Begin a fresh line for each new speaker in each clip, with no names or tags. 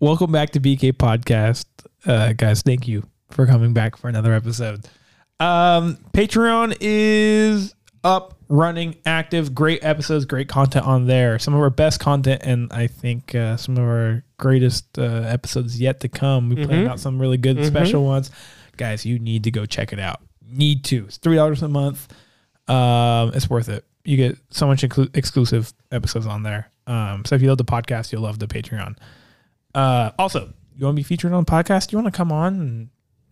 welcome back to BK Podcast, uh, guys. Thank you for coming back for another episode. Um, Patreon is up, running, active. Great episodes, great content on there. Some of our best content, and I think uh, some of our greatest uh, episodes yet to come. We planned out some really good special ones, guys. You need to go check it out. Need to. It's three dollars a month. Um, it's worth it. You get so much inclu- exclusive episodes on there. Um, so if you love the podcast, you'll love the Patreon. Uh, also, you want to be featured on the podcast? You want to come on and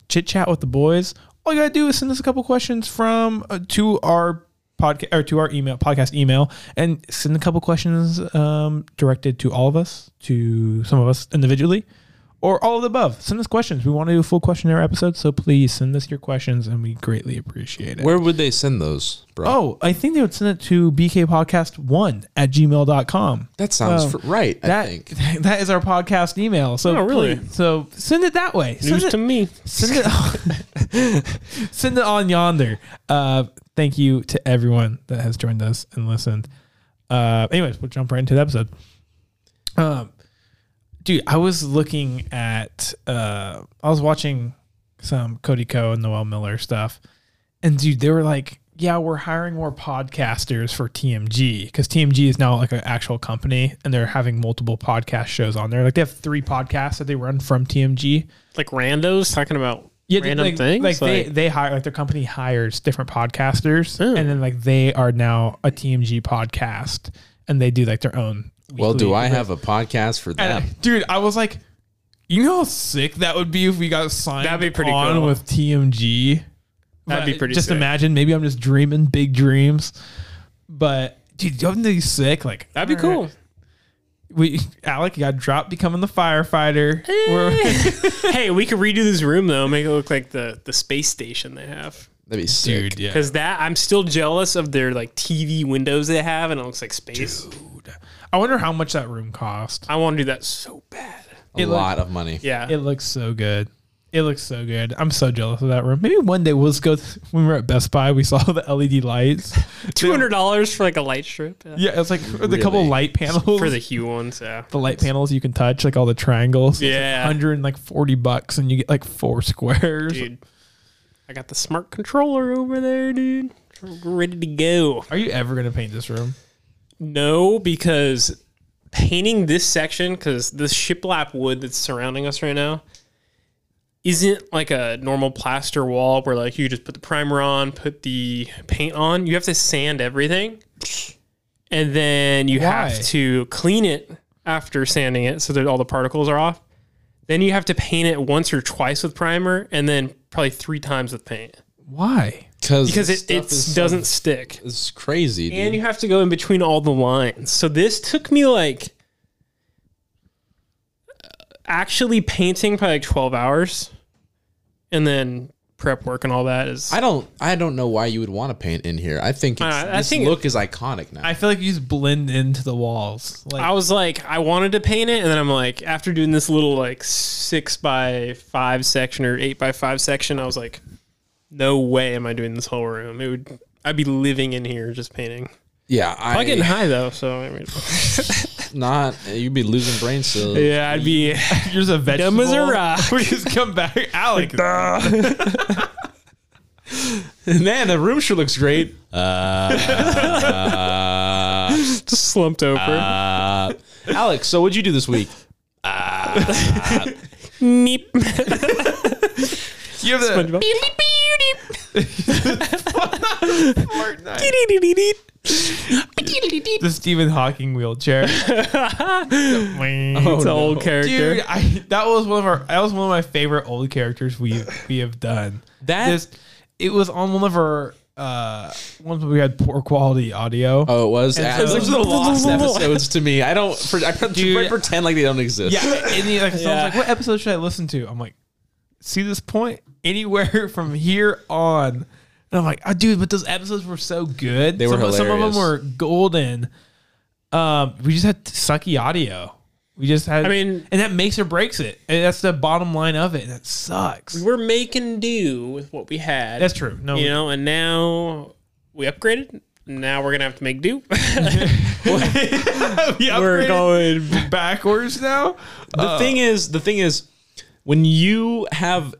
chit chat with the boys? All you gotta do is send us a couple questions from uh, to our podcast or to our email podcast email, and send a couple questions um, directed to all of us, to some of us individually, or all of the above. Send us questions. We want to do a full questionnaire episode, so please send us your questions, and we greatly appreciate it.
Where would they send those, bro?
Oh, I think they would send it to bkpodcast1 at gmail.com.
that sounds
well,
fr- right. I
That,
think
that is our podcast email. So
Oh, really?
please- so send it that way. Send
News
it,
to me.
send it send it on yonder. Uh, thank you to everyone that has joined us and listened. Uh, anyways, we'll jump right into the episode. Um, dude, I was looking at uh, I was watching some Cody Co and Noel Miller stuff, and dude, they were like, "Yeah, we're hiring more podcasters for TMG because TMG is now like an actual company, and they're having multiple podcast shows on there. Like they have three podcasts that they run from TMG."
Like randos talking about
they-
random
like,
things.
Like,
Like,
they, they hire like their company hires different podcasters,
Oh.
and then like they are now a TMG podcast, and they do like their own.
well, do
weekly-
I have a podcast for
And,
that?
dude? I was like, you know how sick that would be if we got signed.
That'd be pretty
on
cool.
with TMG.
That'd be
But
pretty
Just
sick.
imagine. Maybe I'm just dreaming big dreams, but dude, wouldn't they be sick? Like
that'd be cool.
We Alec got dropped becoming the firefighter. We're-
hey, we could redo this room though, make it look like the the space station they have.
That'd be sick.
dude, yeah.
Because that I'm still jealous of their like TV windows they have, and it looks like space.
I wonder how much that room cost.
I want to do that so bad.
a
It looks-
lot of money.
Yeah,
It looks so good. It looks so good. I'm so jealous of that room. Maybe one day we'll just go. when we were at Best Buy, we saw the LED lights.
two hundred dollars for like a light strip yeah.
Yeah, it's like the couple
Really?
light panels.
for the Hue ones. Yeah,
the light panels you can touch, like all the triangles.
Yeah.
hundred and like forty bucks, and you get like four squares.
dude, I got the smart controller over there, dude. Ready to go.
Are you ever gonna paint this room?
No, because painting this section, because this shiplap wood that's surrounding us right now, isn't like a normal plaster wall where like you just put the primer on, put the paint on. You have to sand everything, and then you
Why?
have to clean it after sanding it so that all the particles are off. Then you have to paint it once or twice with primer, and then probably three times with paint
Why?
because it, it doesn't stick.
It's crazy, dude.
And you have to go in between all the lines. So this took me like actually painting probably like 12 hours and then prep work and all that is
I don't. I don't know why you would want to paint in here. I think it's,
Uh, I
this
think-
look is iconic now.
I feel like you just blend into the walls. Like
I was like I wanted to paint it and then I'm like after doing this little like 6 by 5 section or 8 by 5 section I was like no way am I doing this whole room. It would I'd be living in here just painting.
yeah, I
I'm getting high though, so I mean,
not. You'd be losing brain cells.
yeah, I'd be
you're just a vegetable.
dumb as a rock.
We just come back, Alec.
Man, the room sure looks great. Uh,
just slumped over.
uh, Alex, so what'd you do this week?
Neep.
You have the Fortnite. the Stephen Hawking wheelchair.
It's an
no.
old character.
Dude, I, that was one of our that was one of my favorite old characters we we have done.
That-
This- it was on one of our uh ones where we had poor quality audio.
Oh, it was.
And
Yeah,
so-
those are the lost episodes to me. I don't. pre- I pre-
Dude.
pretend like they don't exist.
Yeah, and he, like, so I
Yeah.
was like, what episode should I listen to? I'm like, see this point anywhere from here on, and I'm like, oh, dude, but those episodes were so good.
They were
some, some of them
hilarious.
were golden. Um, we just had sucky audio. We just had.
I mean-
and that makes or breaks it. And that's the bottom line of it. And that sucks.
We're making do with what we had.
That's true. No,
You know, and now we upgraded. now we're gonna have to make do.
We
We're
upgraded
going
backwards now.
the thing is the thing is when you have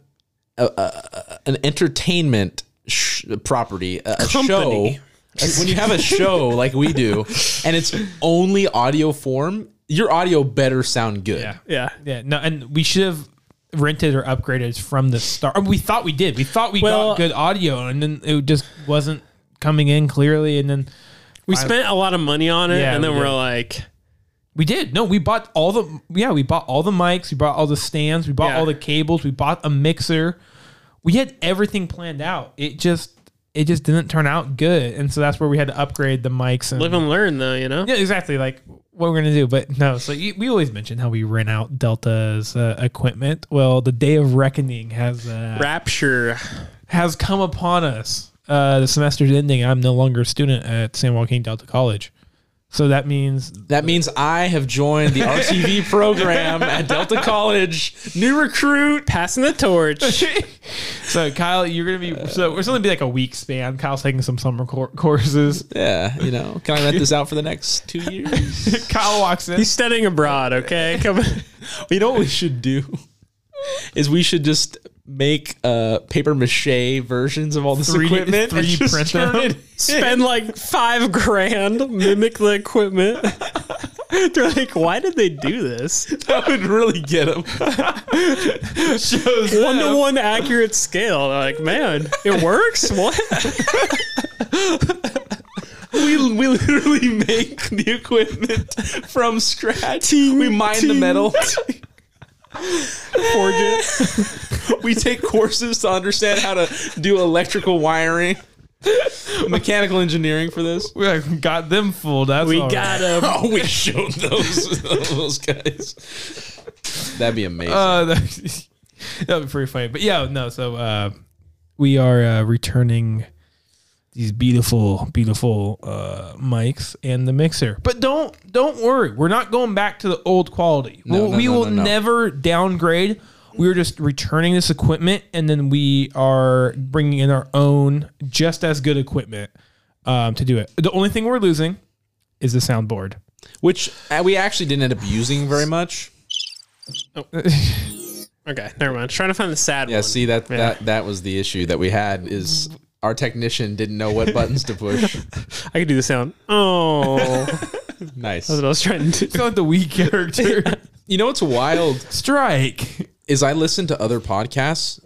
a, a- a- an entertainment sh- property a, a show
Company.
like, when you have a show like we do and it's only audio form your audio better sound good
Yeah.
yeah.
Yeah, no, and we should have rented or upgraded from the start. We thought we did. We thought we
Well-
got good audio, and then it just wasn't coming in clearly. And then
We spent a lot of money on it,
Yeah,
and then
we
we are
did.
like,
we did. No, we bought all the yeah, we bought all the mics, we bought all the stands, we bought
Yeah.
all the cables, we bought a mixer. We had everything planned out. It just it just didn't turn out good, and so that's where we had to upgrade the mics. And,
live and learn, though, you know.
yeah, exactly. Like what we're gonna do, but no. So you, we always mention how we rent out Delta's uh, equipment. Well, the day of reckoning has uh,
Rapture.
has come upon us. Uh, the semester's ending. I'm no longer a student at San Joaquin Delta College. So that means
that means i have joined the rtv program at delta college
New recruit passing the torch.
so Kyle, you're gonna be so it's only gonna be like a week span. Kyle's taking some summer cour courses.
yeah you know can i rent this out for the next two years
Kyle walks in.
He's studying abroad, okay? Come on.
you know what we should do is we should just make uh paper mache versions of all this
Three-
equipment and
3D
just
print
turn
them.
it
Spend like five grand, mimic the equipment. They're like, why did they do this?
That would really get him. Shows
One to one accurate scale. They're like, man, it works? What?
we, we literally make the equipment from scratch. we mine the
ting.
metal.
Forge it.
we take courses to understand how to do electrical wiring, mechanical engineering for this.
We like, got them fooled. That's
We
all right.
got him.
Oh, we showed those those guys. That'd be amazing.
Uh, that would be pretty funny. But yeah, no. So uh, we are uh, returning these beautiful, beautiful uh, mics and the mixer. But don't don't worry, we're not going back to the old quality.
No,
We'll-
no,
we
no,
will
no, no.
never downgrade. We are just returning this equipment, and then we are bringing in our own just as good equipment um, to do it. The only thing we're losing is the soundboard.
Which uh, we actually didn't end up using very much.
Okay, never mind. Trying to find the sad
Yeah,
one.
see that that that was the issue that we had is our technician didn't know what buttons to push.
I could do the sound. Oh, that's
Nice.
what I was trying to do.
It's like the weak character
You know what's wild
strike.
is I listen to other podcasts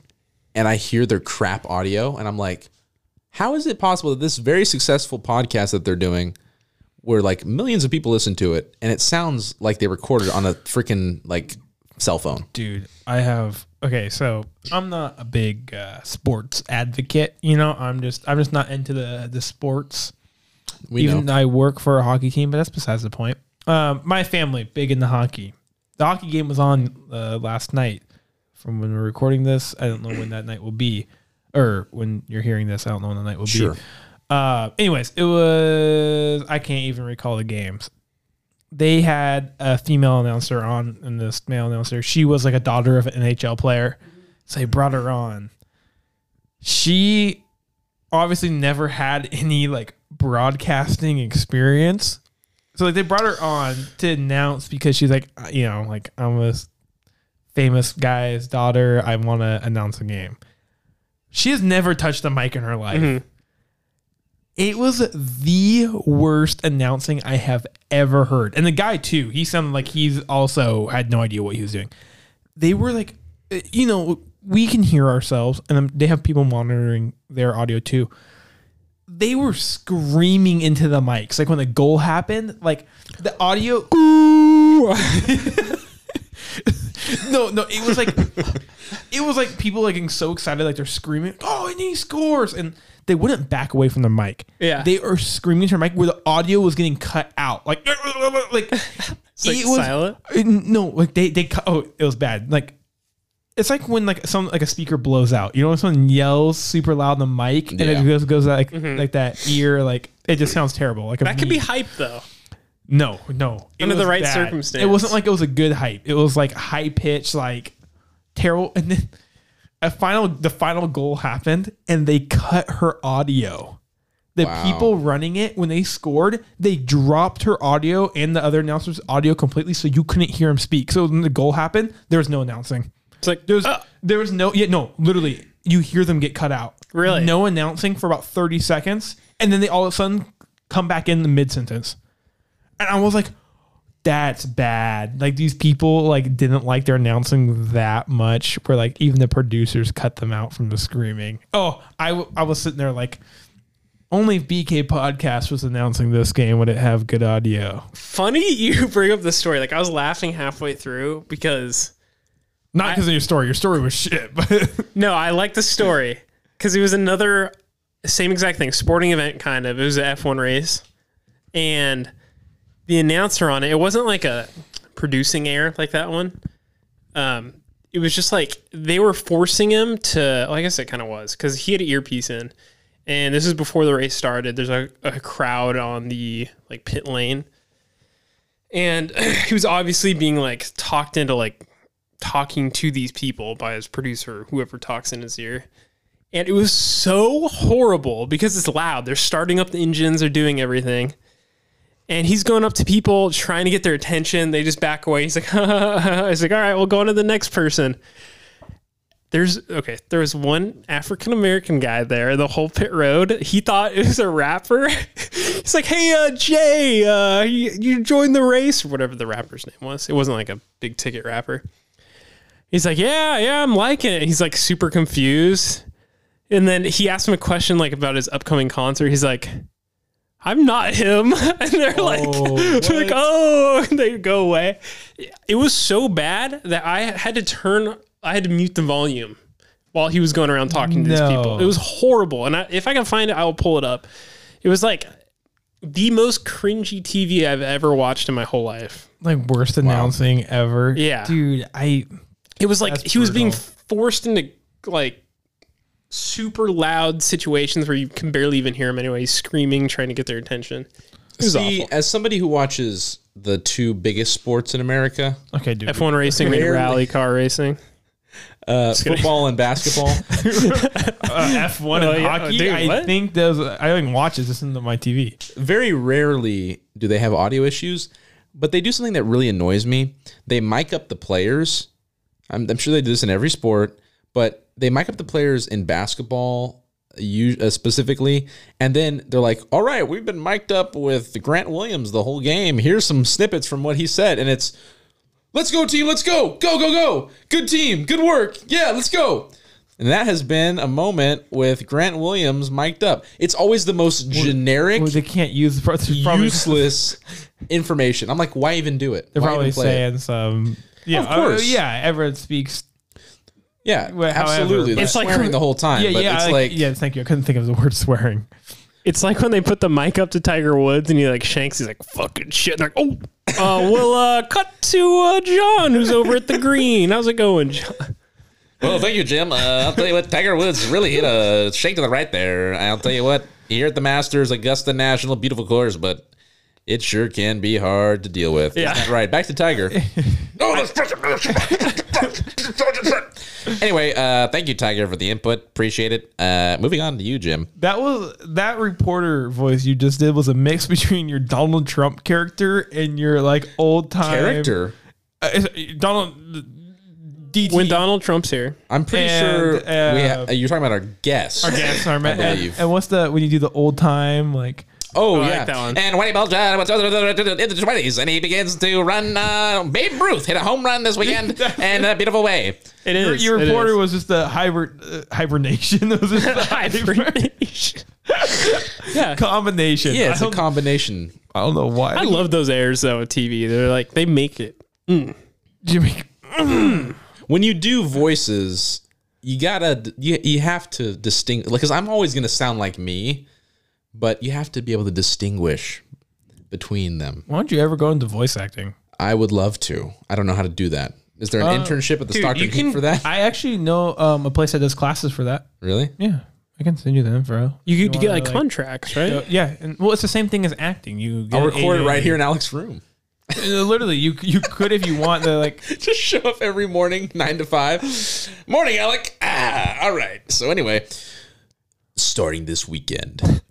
and I hear their crap audio and I'm like, how is it possible that this very successful podcast that they're doing where like millions of people listen to it and it sounds like they recorded on a freaking like cell phone.
dude i have okay so i'm not a big uh, sports advocate you know i'm just i'm just not into the the sports
We
even
know.
though i work for a hockey team but that's besides the point um, my family big into hockey the hockey game was on uh, last night from when we're recording this i don't know when that night will be or when you're hearing this i don't know when the night will
Sure.
be uh, anyways it was i can't even recall the games they had a female announcer on and this male announcer. She was like a daughter of an NHL player. So they brought her on. She obviously never had any like broadcasting experience. So like they brought her on to announce because she's like, uh, you know, like I'm a s- famous guy's daughter. I want to announce a game. She has never touched a mic in her life. It was the worst announcing I have ever heard. And the guy too, he sounded like he's also had no idea what he was doing. They were like, uh, you know, we can hear ourselves, and um, they have people monitoring their audio too. They were screaming into the mics, like when the goal happened, like the audio. no, no, it was like it was like people like getting so excited, like they're screaming, "Oh, and he scores!" and they wouldn't back away from the mic.
Yeah.
they are screaming into the mic where the audio was getting cut out, like like
like silent?
Uh, No, like they they cut. Oh, it was bad. Like it's like when like some like a speaker blows out. You know when someone yells super loud on the mic and
Yeah.
it goes goes like like that ear like it just sounds terrible. Like a
Mm-hmm. That could be
meme.
hype, though.
No, no. It
Under the
was
right
bad.
circumstance.
It wasn't like it was a good hype. It was like high pitch, like terrible. And then a final, the final goal happened, and they cut her audio. the
Wow.
people running it when they scored, they dropped her audio and the other announcer's audio completely, so you couldn't hear him speak. So when the goal happened, there was no announcing.
It's like
There was
"Ah."
there was no yeah no literally you hear them get cut out.
Really?
no announcing for about thirty seconds, and then they all of a sudden come back in the mid sentence, and I was like, that's bad. Like these people like didn't like their announcing that much. Where like even the producers cut them out from the screaming. Oh, I w- I was sitting there like. Only if BK Podcast was announcing this game would it have good audio.
funny you bring up this story. Like I was laughing halfway through because
Not because of your story. Your story was shit. But
no, I like the story because it was another same exact thing, sporting event kind of. It was an F one race, and the announcer on it. It wasn't like a producing error like that one. Um, it was just like they were forcing him to. Well, I guess it kind of was because he had an earpiece in, and this is before the race started. There's a, a crowd on the like pit lane, and he was obviously being like talked into like talking to these people by his producer, whoever talks in his ear. And it was so horrible because it's loud. They're starting up the engines, they're doing everything. And he's going up to people trying to get their attention. They just back away. He's like, he's like, all right, we'll go on to the next person. There's okay, there was one African American guy there, the whole pit road. He thought it was a rapper. he's like, hey, uh, Jay, uh, you, you joined the race, or whatever the rapper's name was. It wasn't like a big ticket rapper. He's like, yeah, yeah, I'm liking it. He's like super confused. And then he asked him a question like about his upcoming concert. He's like, I'm not him. And they're like, they're like, oh, and they go away. It was so bad that I had to turn, I had to mute the volume while he was going around talking to
No.
these people. It was horrible. And I, if I can find it, I will pull it up. It was like the most cringy TV I've ever watched in my whole life.
like worst announcing ever.
Yeah.
dude, I
It was like
That's
he was being
brutal.
forced into like super loud situations where you can barely even hear him anyway, He's screaming, trying to get their attention. It was
See,
awful.
as somebody who watches the two biggest sports in America,
okay, dude.
F1 racing and
Rarely.
rally car racing.
uh, football and basketball,
F one
Oh,
and
yeah.
hockey.
Dude,
I
what?
think those. I don't even watch it. Just into my TV.
very rarely do they have audio issues, but they do something that really annoys me. They mic up the players. I'm, I'm sure they do this in every sport, but they mic up the players in basketball you, uh, specifically. And then they're like, all right, we've been mic'd up with Grant Williams the whole game. Here's some snippets from what he said. And it's, let's go, team, let's go, go, go, go. Good team, good work. Yeah, let's go. And that has been a moment with Grant Williams mic'd up. It's always the most generic
Well, they can't use. They're probably,
useless information. I'm like, why even do it?
they're
Why
probably
even play it?
saying some. Yeah,
Of course.
uh, yeah, Everett speaks.
yeah,
well, however,
absolutely.
but-
They're
It's like-
swearing the whole time,
Yeah,
but
yeah,
it's
like,
like,
yeah. Thank you. I couldn't think of the word swearing.
It's like when they put the mic up to Tiger Woods and he like shanks. He's like fucking shit. They're like oh, uh, we'll uh, cut to uh, John who's over at the green. How's it going, John?
well, thank you, Jim. Uh, I'll tell you what, Tiger Woods really hit a shake to the right there. I'll tell you what, here at the Masters, Augusta National, beautiful course, but it sure can be hard to deal with.
Yeah.
Isn't that right. Back to Tiger. No, that's fucking- anyway, uh, thank you, Tiger, for the input. Appreciate it. Uh, moving on to you, Jim.
That was that reporter voice you just did was a mix between your Donald Trump character and your like old time
Character.
Uh, it's- Donald. DT.
When Donald Trump's here,
I'm pretty
And,
sure we ha-
uh,
you're talking about our guest.
Yes, I remember. And,
believe.
and what's the when you do the old time like?
Oh,
I
yeah.
like that one.
And Whitey Bulger was in the 20s, and he begins to run. Uh, Babe Ruth hit a home run this weekend in a beautiful way.
it
Your,
is.
your
it
reporter
is.
was just the hiber, uh, hibernation. It was just the hibernation
Hibernation. yeah,
combination.
Yeah,
I
it's a
don't,
combination.
I don't know why.
I love those airs though. on TV, they're like they make it.
Jimmy.
When you do voices, you gotta, you, you have to distinguish, because I'm always gonna sound like me, but you have to be able to distinguish between them.
Why don't you ever go into voice acting?
I would love to. I don't know how to do that. Is there an internship at the Stockton Heat for that?
I actually know um, a place that does classes for that.
really?
Yeah, I can send you the info.
You, could get
wanna,
like,
like,
contracts, right?
Uh, yeah, and well, it's the same thing as acting. You, get
I'll record
a-
it right here in Alex's room.
Uh, Literally, you you could if you want. The like,
just show up every morning, nine to five. Morning, Alec. Ah, all right. So anyway, starting this weekend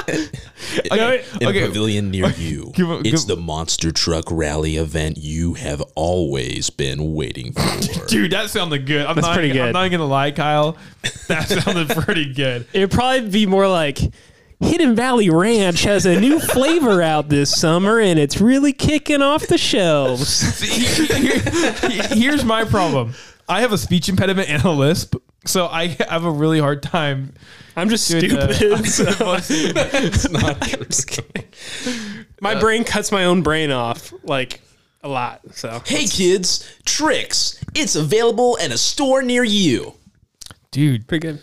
Okay,
in a
okay.
pavilion near you.
give a-
it's
give-
the monster truck rally event you have always been waiting for.
Dude, that sounded good. I'm not,
pretty
I'm
good.
not gonna lie, Kyle. That sounded pretty good.
It'd probably be more like Hidden Valley Ranch has a new flavor out this summer and it's really kicking off the shelves.
Here's my problem. I have a speech impediment and a lisp, so I have a really hard time.
I'm just
Dude, uh,
stupid. so
it's not true.
my brain cuts my own brain off like a lot. So
Hey kids, Tricks. It's available at a store near you.
Dude,
pretty good.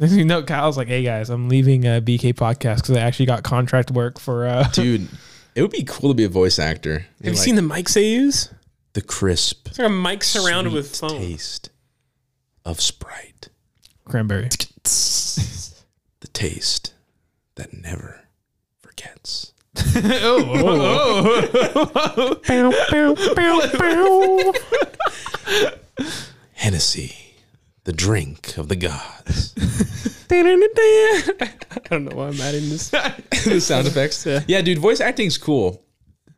next thing you know, Kyle's like, "Hey guys, I'm leaving uh, BK podcast because I actually got contract work for." Uh,
Dude, it would be cool to be a voice actor.
Have you seen the mics they use?
the crisp
It's like a mic surrounded with
sweet
foam.
taste of Sprite?
cranberry.
The taste that never forgets.
Bow, bow, bow, bow.
Hennessy, the drink of the gods.
Da-da-da-da. I don't know why I'm adding this.
the sound effects. Yeah. dude, voice acting's cool.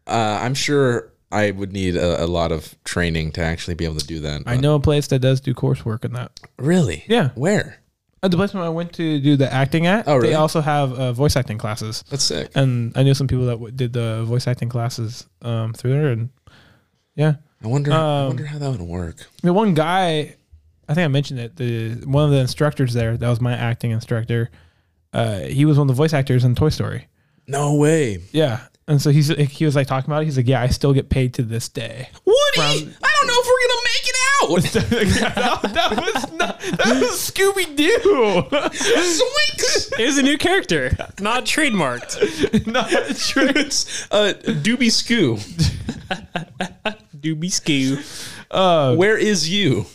Uh, I'm sure I would need a, a lot of training to actually be able to do that.
I know a place that does do coursework in that.
Really?
Yeah.
Where?
At the place where I went to do the acting at,
Oh, really?
they also have uh, voice acting classes.
That's sick.
and I knew some people that w- did the voice acting classes um, through there, and yeah,
I wonder. I
um,
wonder how that would work.
the one guy, I think I mentioned it. The one of the instructors there, that was my acting instructor. Uh, he was one of the voice actors in Toy Story.
No way.
Yeah, and so he's he was like talking about it. He's like, yeah, I still get paid to this day.
Woody, I don't know if we're gonna make it out.
that, that was not, that was Scooby Doo.
Zoinks!
It was a new character, not trademarked.
not true.
It's uh, Doobie Scoo.
Doobie Skoo.
Where is you?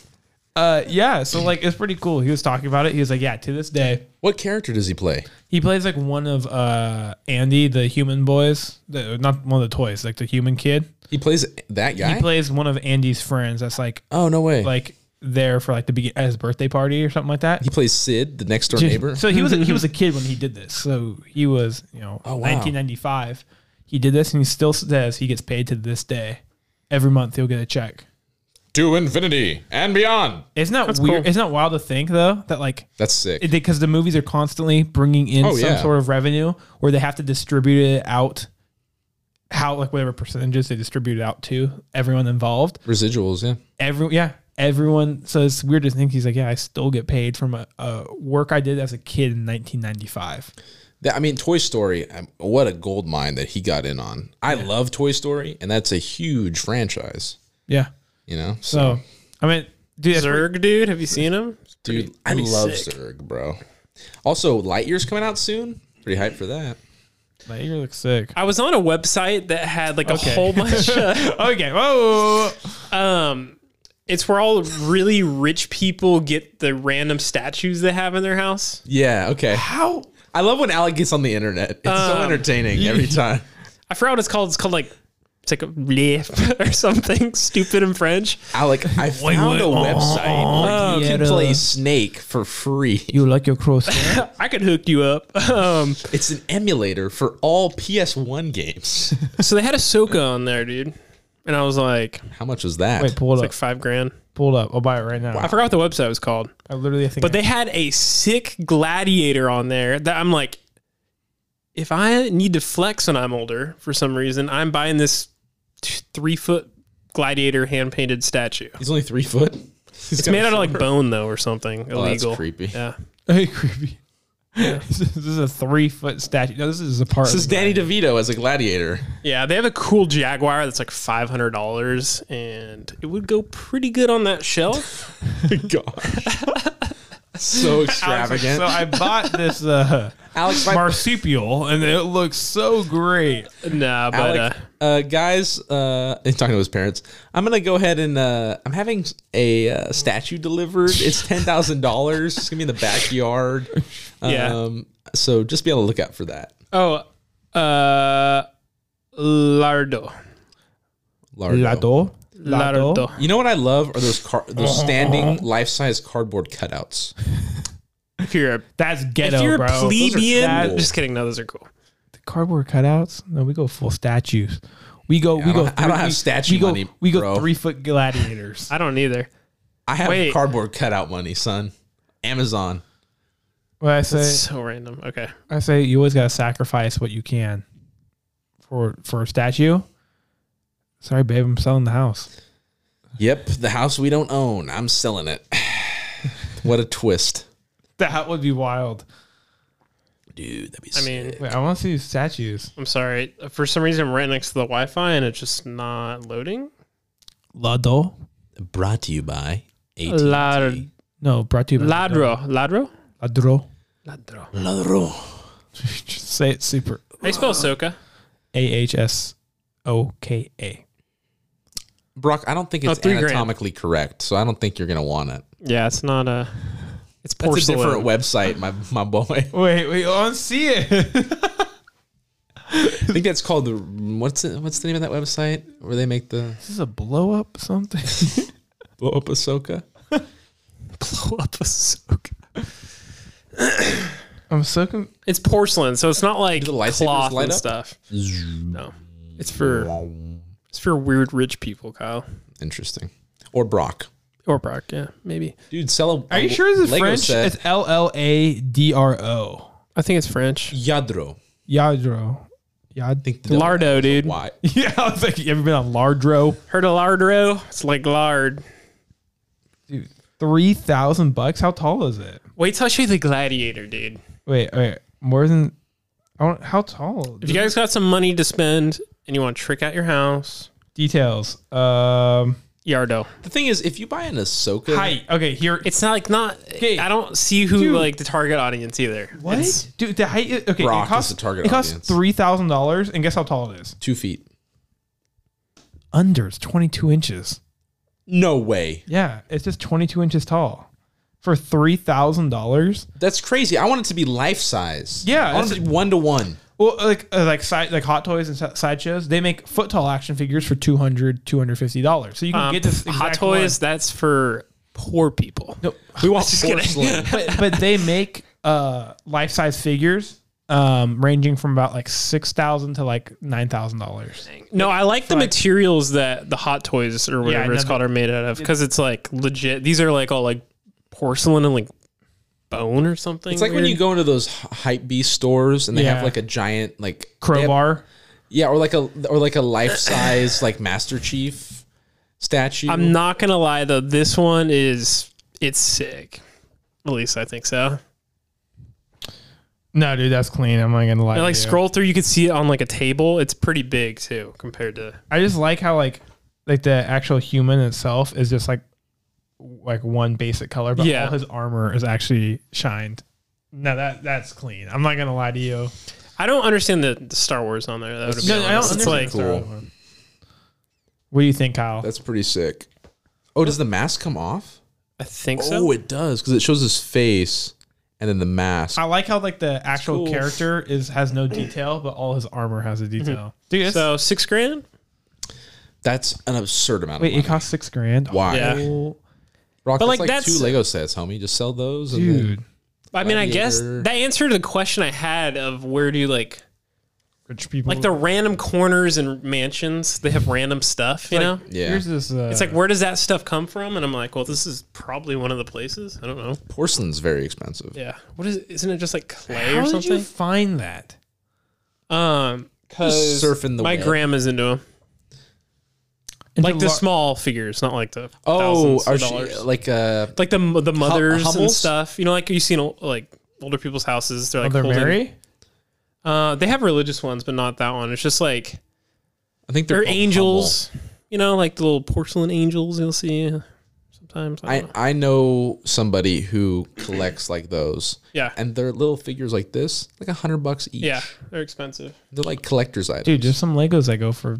Uh, yeah, so like it's pretty cool. He was talking about it. He was like, yeah, to this day.
What character does he play?
He plays like one of uh Andy, the human boys, the, not one of the toys, like the human kid.
He plays that guy.
He plays one of Andy's friends that's like
oh no way!
like there for like the begin at his birthday party or something like that.
he plays Sid, the next door neighbor.
So he was a, he was a kid when he did this. So he was you know
Oh, wow.
1995. He did this and he still says he gets paid to this day. Every month he'll get a check.
to infinity and beyond.
It's not weird.
cool.
It's not wild to think though that like
That's sick.
because the movies are constantly bringing in
Oh,
some
yeah.
sort of revenue where they have to distribute it out how like whatever percentages they distribute it out to everyone involved
Residuals, yeah.
every yeah everyone so it's weird to think he's like yeah i still get paid from a, a work i did as a kid in 1995
That- I mean, Toy Story. um, What a gold mine that he got in on. I love Toy Story, and that's a huge franchise.
yeah
You know, so,
so i mean dude that's pretty-
Zerg, dude. Have you seen him?
dude, I
pretty
love
sick.
Zurg, bro. Also, Lightyear's coming out soon. Pretty hyped for that.
like, you look sick
I was on a website that had like a
Okay.
whole bunch of
okay whoa
um it's where all really rich people get the random statues they have in their house.
Yeah. Okay.
how
I love when Alec gets on the internet. It's so entertaining every time.
I forgot what it's called. It's called like it's like a bleh or something stupid in French.
Alec, I found a website where you can play Snake for free.
you like your croissant
I could hook you up. Um,
It's an emulator for all PS1 games.
so they had Ahsoka on there, dude, and I was like,
How much was that?
wait pull it
it's
up
like five grand.
pull it up i'll buy it right now
I forgot what the website was called.
i literally think
But they had a sick gladiator on there that I'm like, if I need to flex when I'm older for some reason, I'm buying this t- three foot gladiator hand painted statue.
He's only three foot.
It's made out of like bone though or something illegal.
Oh, that's creepy.
Yeah.
Hey, creepy. this is a three foot statue. No, this is a part.
This is
of the-
Danny DeVito as a gladiator.
Yeah, they have a cool Jaguar that's like five hundred dollars, and it would go pretty good on that shelf.
Gosh. so extravagant.
So I bought this uh,
Alex, my-
marsupial, and it looks so great.
nah, but
Alec,
uh,
uh, guys, uh, he's talking to his parents. I'm gonna go ahead and uh, I'm having a uh, statue delivered. It's ten thousand dollars. It's gonna be in the backyard.
Yeah.
Um, so just be on the lookout for that.
oh, uh, Lardo,
Lardo.
Lado,
Lardo. Uh-huh.
You know what I love are those car- those standing life size cardboard cutouts.
if you're a
That's
if
ghetto,
you're a
bro.
plebeian,
That-
just kidding. No, those are cool.
cardboard cutouts. No, we go full statues. We go. we
I
go.
don't- I don't have
we-
statue
we go,
money,
We go
bro.
three foot gladiators.
I don't either.
I have
Wait.
cardboard cutout money, son. Amazon.
well, I say,
That's so random. Okay,
I say, you always gotta sacrifice what you can for for a statue. Sorry, babe, I'm selling the house.
Yep, the house we don't own. I'm selling it. what a twist,
That would be wild.
dude. That'd be
I mean,
Wait, I want to see these statues.
I'm sorry. For some reason, I'm right next to the Wi-Fi and it's just not loading.
Lado.
brought to you by AT
Ladro,
No, brought to you by
ladro,
Ladro.
ladro.
Ladro.
Just say it super.
I spell Soka.
A H S O K A.
Brock, I don't think
Oh,
it's
three grand.
anatomically correct, so I don't think you're gonna want it.
Yeah, it's not a. It's
That's
porcelain.
a different website, my my boy.
Wait, wait, I want to see it.
I think that's called the what's it, what's the name of that website where they make the
Is this a blow up something?
blow up Ahsoka?
Blow up a Soka.
I'm so con-
It's porcelain, so it's not like
the lightsabers
cloth
light
and
up?
stuff. No, it's for it's for weird rich people, Kyle
Interesting. Or Brock.
or Brock. Yeah, maybe.
Dude, sell a
Are you sure this is
Lego
French?
set.
It's L L A D R O.
I think it's French.
Yadro.
Yadro. Yad.
Lardo, dude.
Why?
yeah, I was like, you ever been on Lardro?
Heard of lardro? It's like lard.
Dude, 3,000 bucks? How tall is it?
Wait till I show you the gladiator, dude.
Wait, wait. More than. I want, how tall?
If you guys got some money to spend and you want to trick out your house,
Details. Um,
Yardo.
The thing is, if you buy an Ahsoka,
height. Okay, here.
It's not like not.
Okay.
I don't see who
Dude.
like the target audience either.
what?
It's-
Dude, the height. is- Okay,
Brock
it
is
costs,
the target
It costs
audience.
$3,000, and guess how tall it is?
two feet.
Under. It's 22 inches.
No way.
Yeah, it's just 22 inches tall. For $3,000?
That's crazy. I want it to be life size.
Yeah,
I want it to be one to one.
Well, like uh, like side like hot toys and si- sideshows, they make foot tall action figures for 200 250 dollars. So you can
um,
get this exact
hot toys. That's for poor people.
One. No,
We want
Just kidding.
porcelain.
but but they make uh life size figures um ranging from about like six thousand to like nine thousand dollars.
No, I like the
like-
materials that the hot toys or whatever
I know
it's called are made out of because it's like legit. These are like all like porcelain and like bone or something.
It's like when
weird.
you go into those h- hype beast stores and they
Yeah.
have like a giant like they have-
Crowbar.
yeah, or like a or like a life size like Master Chief statue.
I'm not gonna lie though, this one is it's sick. At least I think so.
No, dude, that's clean. I'm not gonna lie.
I like
to you.
scroll through, you can see it on like a table. It's pretty big too compared to
I just like how like like the actual human itself is just like like one basic color, but
Yeah.
all his armor is actually shined. No, that that's clean. I'm not gonna lie to you.
I don't understand the, the Star Wars on there. Though, to be
No, I don't
honest. It's
understand
like
the steroid one. What do you think, Kyle?
That's pretty sick. Oh, does the mask come off?
I think so.
Oh, it does because it shows his face and then the mask.
I like how like the actual
cool.
character is has no detail, but all his armor has
Mm-hmm.
a detail. Dude, it's-
So six grand.
That's an absurd amount.
wait,
of
it
money.
costs six grand.
Why,
Yeah.
Oh,
Brock?
But,
that's
like,
like,
that's-
two Lego sets, homie. Just sell those, and then-
dude,
I mean, I guess
Gladiator.
that answered the question I had of where do you like
rich people
like the random corners and mansions they have random stuff you know
Yeah.
Here's this. Uh,
it's like where does that stuff come from and i'm like well this is probably one of the places i don't know
porcelain's very expensive.
yeah what is isn't it just like clay
how
or
did you
something
find that?
um because
surfing the
my
web.
grandma's into them like the
Into lar-
small figures not like the
Oh,
thousands
are
of
she,
dollars
like uh,
like the the mothers and
Hummels?
stuff you know like you see in ol- like older people's houses Oh, they're like
Mother
holding-
Mary.
uh they have religious ones but not that one it's just like
I think they're
They're
called
angels. You know, like the little porcelain angels you'll see uh, sometimes. I,
Hummel.
don't know.
I I know somebody who collects like those,
yeah.
and they're little figures like this, like a hundred bucks each.
yeah. They're expensive.
they're like collectors items.
Dude, there's some Legos I go for.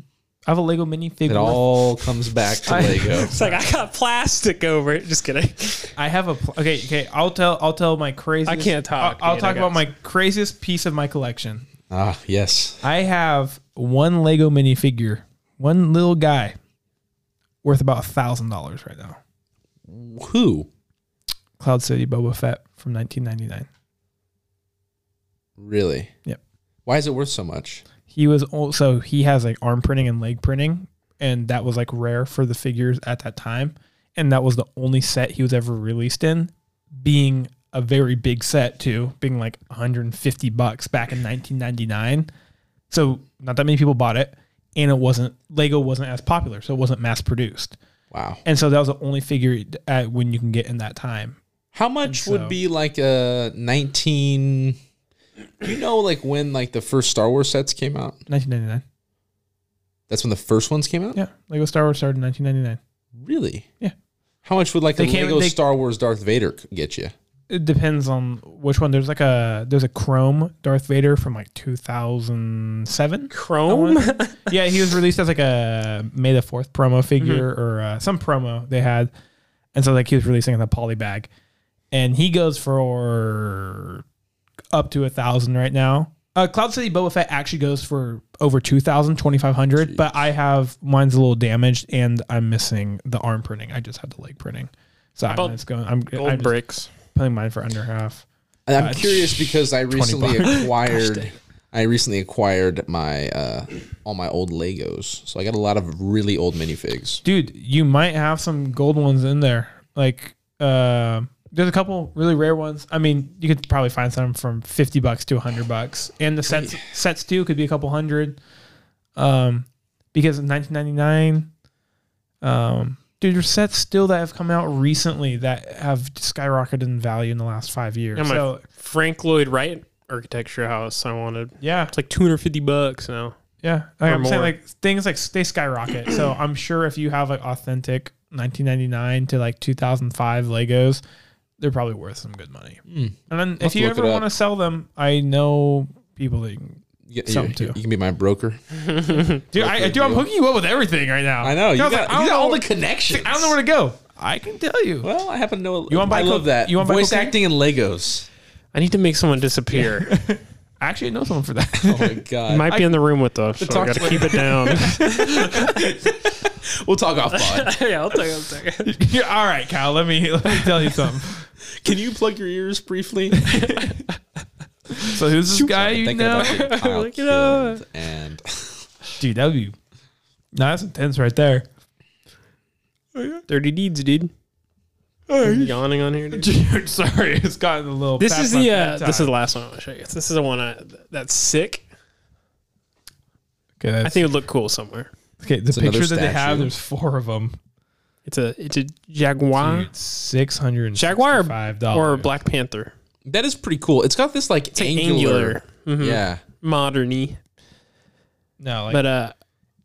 I have a Lego minifig.
it
worth-
all comes back to Lego.
It's like I got plastic over it. Just kidding.
I have a pl- okay. Okay, I'll tell. I'll tell my craziest.
I can't talk,
I'll, I'll
dude, I
talk about
got-
my craziest piece of my collection.
ah, yes.
I have one Lego minifigure, one little guy, worth about a thousand dollars right now.
Who?
Cloud City Boba Fett from 1999.
Really?
Yep.
Why is it worth so much?
He was also he has like arm printing and leg printing, and that was like rare for the figures at that time. And that was the only set he was ever released in, being a very big set too, being like 150 bucks back in 1999. So not that many people bought it, and it wasn't Lego wasn't as popular, so it wasn't mass produced.
Wow.
And so that was the only figure at when you can get in that time.
How much would
so-
be like a 19 Do you know like when like the first Star Wars sets came out?
1999.
That's when the first ones came out?
Yeah, Lego Star Wars started in 1999.
Really?
Yeah.
How much would like
They
a
came-
Lego
they-
Star Wars Darth Vader c- get you?
It depends on which one. There's like a there's a Chrome Darth Vader from like 2007.
Chrome?
yeah, he was released as like a May the Fourth promo
Mm-hmm.
figure or uh, some promo they had, and so like he was releasing in the poly bag, and he goes for up to a thousand right now. Uh, Cloud City Boba Fett actually goes for over 2,000, 2,500, but I have mine's a little damaged and I'm missing the arm printing. I just had the leg printing. So I'm
about
just going, I'm,
Gold
I'm just
bricks.
putting mine for under half.
And I'm
Uh,
curious because I recently
bucks.
acquired I recently acquired my uh all my old Legos. So I got a lot of really old minifigs.
dude you might have some gold ones in there like uh, there's a couple really rare ones i mean you could probably find some from 50 bucks to 100 bucks and the sets sets too could be a couple hundred um because in 1999 um dude there's sets still that have come out recently that have skyrocketed in value in the last five years
Yeah, my-
so
Frank Lloyd Wright architecture house I wanted.
yeah
It's like 250 bucks now.
Yeah, like
Or
I'm saying
more.
like things like they skyrocket. so I'm sure if you have like authentic 1999 to like 2005 Legos, they're probably worth some good money. And then if
to
you
look
ever
it up.
want to sell them, I know people that you can.
You, you,
Some too.
you can be my broker.
Dude, I, I- dude, I'm hooking you up with everything right now.
I know. You
Dude, I
got,
was like, I,
you
don't
got
know
all
where,
the connections.
I don't know where to go. I can tell you.
Well, I happen to know.
You wanna buy
I love
cook-
that.
you wanna buy
voice
cocaine?
acting and Legos.
I need to make someone disappear.
I actually know someone for that.
Oh my god.
Might be in the room with us, so I
talk
gotta
to-
keep it down.
we'll talk off pod.
yeah, I'll take a second.
Yeah, All right, Kyle. Let me let me tell you something.
Can you plug your ears briefly?
So who's this guy you
Thinking
know?
about getting Kyle
Look it up.
killed and
Dude, that would be. No, that's intense right there.
Dirty deeds, dude. Yawning on here. Dude.
Dude, sorry, it's gotten a little.
This
past
is
my
the uh,
bedtime.
this is the last one I'm gonna show you. This is the one I, that's sick.
Okay, that's,
I think it would look cool somewhere.
okay. The
another
picture that they have,
statue.
there's four of them.
It's a it's a jaguar
Dude, six hundred
Jaguar or-
five
or a
dollars.
Black Panther.
that is pretty cool. It's got this like angular.
Angular,
Mm-hmm.
Mhm.
Yeah.
moderny.
No, like
But uh,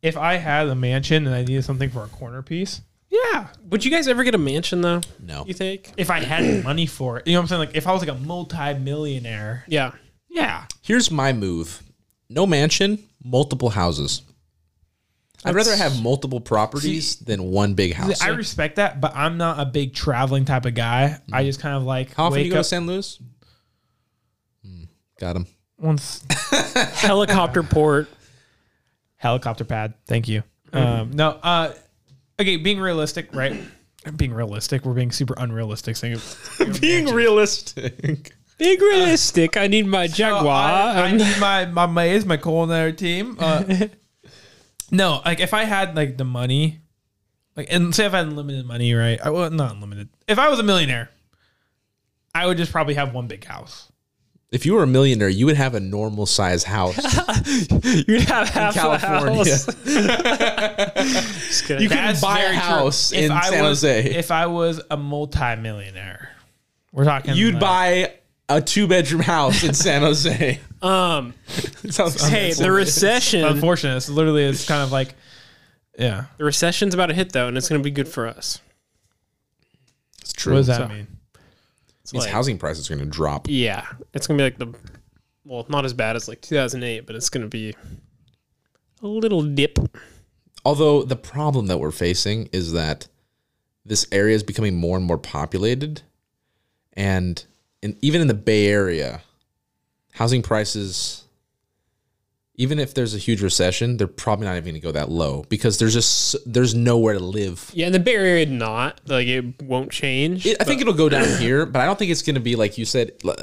if I had a mansion and I needed something for a corner piece, yeah.
would you guys ever get a mansion though?
No.
You think?
If I had money for it, you know what I'm saying? Like if I was like a multi-millionaire,
Yeah.
yeah.
Here's my move. No mansion, multiple houses. I'd rather have multiple properties than one big house.
I respect that, but I'm not a big traveling type of guy. I just kind of like
Mm. How often do
wake
you go
up
to San Luis? Mm, got him.
once
Helicopter port.
helicopter pad. Thank you.
Mm-hmm.
Um, no, uh, okay, being realistic, right? being realistic, we're being super unrealistic. Saying
Being realistic. Being realistic. I need my
Oh,
jaguar.
I, I
I'm-
need my my maze, my culinary team. Uh, no, like if I had like the money, like and say if I had unlimited money, right? I well, not unlimited. If I was a millionaire, I would just probably have one big house.
If you were a millionaire, you would have a normal size house.
You'd have half
California.
California.
You can buy a
very true.
house in
I
San
was,
Jose.
If I was a multimillionaire, we're talking.
You'd
like-
buy a two bedroom house in San Jose.
um,
Sounds-
hey, the recession.
Unfortunate. It's literally it's kind of like, yeah.
The recession's about to hit though, and it's going to be good for us.
it's
What
true.
does that
So-
mean?
It's
means
like-
housing prices are going to drop.
Yeah, it's going to be like the, well, not as bad as like 2008, but it's going to be a little dip.
Although the problem that we're facing is that this area is becoming more and more populated, and in, even in the Bay Area, housing prices. even if there's a huge recession, they're probably not even going to go that low because there's just there's nowhere to live.
Yeah, in the Bay Area, not like it won't change.
It, I think it'll go down here, but I don't think it's going to be like you said. l-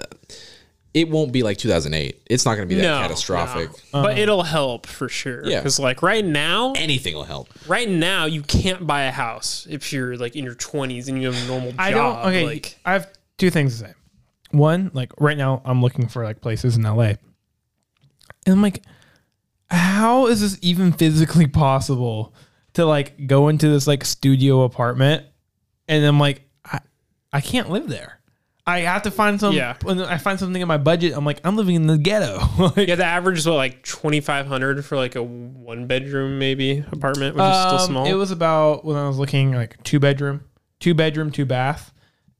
It won't be like 2008. It's not going to be that
no,
catastrophic.
no. but it'll help for sure.
Uh-huh. Yeah.
because like right now,
Anything will help.
right now you can't buy a house if you're like in your 20s and you have a normal job.
I don't. Okay,
like,
I have two things to say. One, like right now, I'm looking for like places in LA, and I'm like, how is this even physically possible to like go into this like studio apartment? And I'm like, I, I can't live there. I have to find some.
Yeah.
When I find something in my budget, I'm like, I'm living in the ghetto. like,
yeah, the average is what like 2,500 for like a one bedroom maybe apartment, which is still
um,
small.
It was about when I was looking like two bedroom, two bedroom, two bath